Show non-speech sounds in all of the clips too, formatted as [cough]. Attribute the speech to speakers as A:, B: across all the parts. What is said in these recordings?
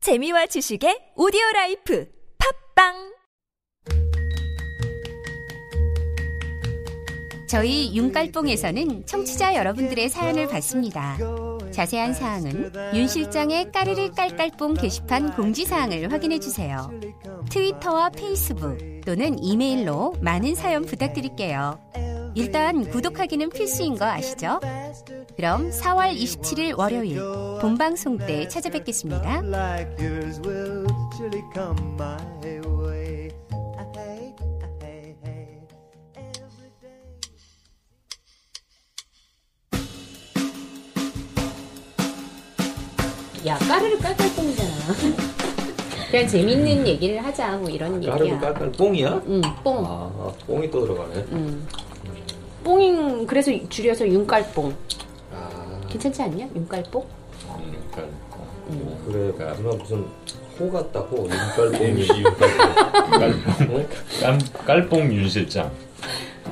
A: 재미와 지식의 오디오 라이프 팝빵
B: 저희 윤깔뽕에서는 청취자 여러분들의 사연을 받습니다. 자세한 사항은 윤 실장의 까르르 깔깔뽕 게시판 공지사항을 확인해 주세요. 트위터와 페이스북 또는 이메일로 많은 사연 부탁드릴게요. 일단 구독하기는 필수인 거 아시죠? 그럼 4월 27일 월요일 본방송 때 찾아뵙겠습니다.
C: like yours will surely come my way. Hey, hey, hey. Every day.
D: 야 까르르 깔깔뽕이잖아. [laughs] 그냥 재밌는 얘기를 하자 뭐 이런
E: 까르르
D: 얘기야.
E: 깔깔 뽕이야?
D: 응, 뽕.
E: 아, 뽕이 또 들어가네.
D: 응. 뽕인 그래서 줄여서 윤깔뽕.
E: 아,
D: 괜찮지 않냐? 윤깔뽕?
E: 깔 음, 어, 그래, 누나 무슨 호 같다, [laughs] 호. 깔 음, 뽕이. 네? 응?
F: 깔, 깔뽕 윤 실장.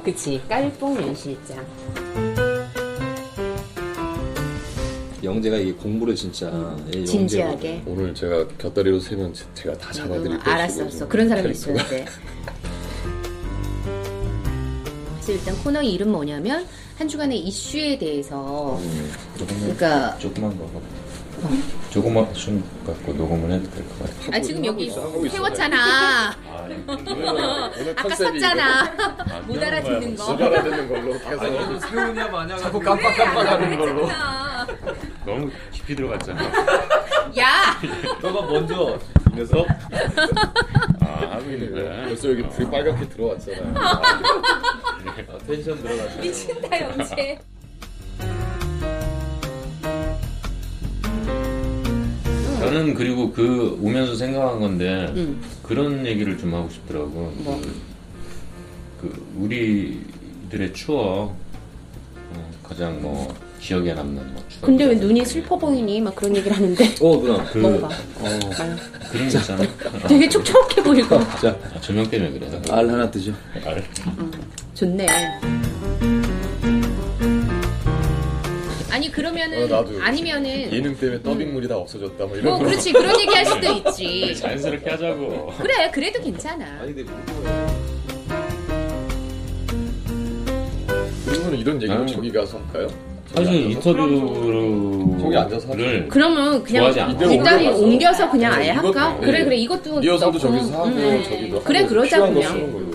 D: 그치. 깔뽕 윤실장.
E: 영재가 이게 공부를 진짜. 얘 영재거든.
D: 진지하게.
G: 오늘 제가 곁다리로 세면 제- 제가 다 잡아드릴
D: 음,
G: 거예요.
D: 알았어,
G: 지금.
D: 알았어. 그런 사람이
G: 캐릭터가.
D: 있어야 돼. 그래서 일단 코너 이름 뭐냐면 한 주간의 이슈에 대해서 그러니까
F: 조그만 거.
E: 어.
F: 조그만 춤 갖고 녹음을 해도 될 것 같아요.
D: 아 지금 여기
G: 하고 있어요.
D: 세웠잖아
G: 오늘
D: 아까
G: 컨셉이
D: 샀잖아 못 알아듣는
G: 이거.
D: 거
G: 못 알아듣는 걸로 해서
E: 세훈이야, 마냥. 자꾸
G: 깜빡깜빡하는 걸로. 너무 깊이 들어갔잖아.
D: 야
E: 너가 먼저, 이 녀석.
G: 아 하고 있는 거야. 벌써 여기
E: 그
G: 불이 빨갛게 들어왔잖아.
E: 아, 텐션 들어가지.
D: 미친다 영재
F: 저는 그리고 그 오면서 생각한 건데
D: 응.
F: 그런 얘기를 좀 하고 싶더라고.
D: 뭐?
F: 그, 그 우리들의 추억 어, 가장 뭐 기억에 남는 뭐 추억.
D: 근데 왜 눈이 슬퍼 보이니? 막 그런 얘기를
G: [laughs]
D: 하는데
E: 어, 누나.
F: 그
D: 먹어봐.
F: 그런 거 있잖아.
D: 되게 촉촉해
G: [laughs]
D: 보이고
E: 자,
F: 아, 조명 때문에 그래.
E: 알 하나 드셔.
F: 알.
D: 좋네. 아니 그러면은
G: 어, 나도.
D: 아니면은
G: 예능 때문에 더빙물이 다 없어졌다 뭐
D: 뭐
G: 이런 거.
D: 그렇지 그런 얘기 할 수도 있지.
F: 자연스럽게 하자고.
D: 그래 그래도 괜찮아.
E: 아니, 근데
G: 그러면 이런 얘기를
F: 음.
G: 저기 가서 할까요? 저기
F: 사실
G: 앉아서?
F: 인터뷰를
G: 저기 앉아서 하죠.
D: 그러면
F: 좋아하지 않아.
D: 그냥
G: 이대로
D: 일단
G: 올라가서.
D: 옮겨서 그냥 아예
G: 이것도
D: 할까?
G: 네.
D: 그래 그래 이것도 넣고.
G: 리허설도 저기서 하고
D: 음.
G: 저기도 하고
D: 그래, 그러자,
G: 필요한 거
D: 그냥.
G: 쓰는 걸로.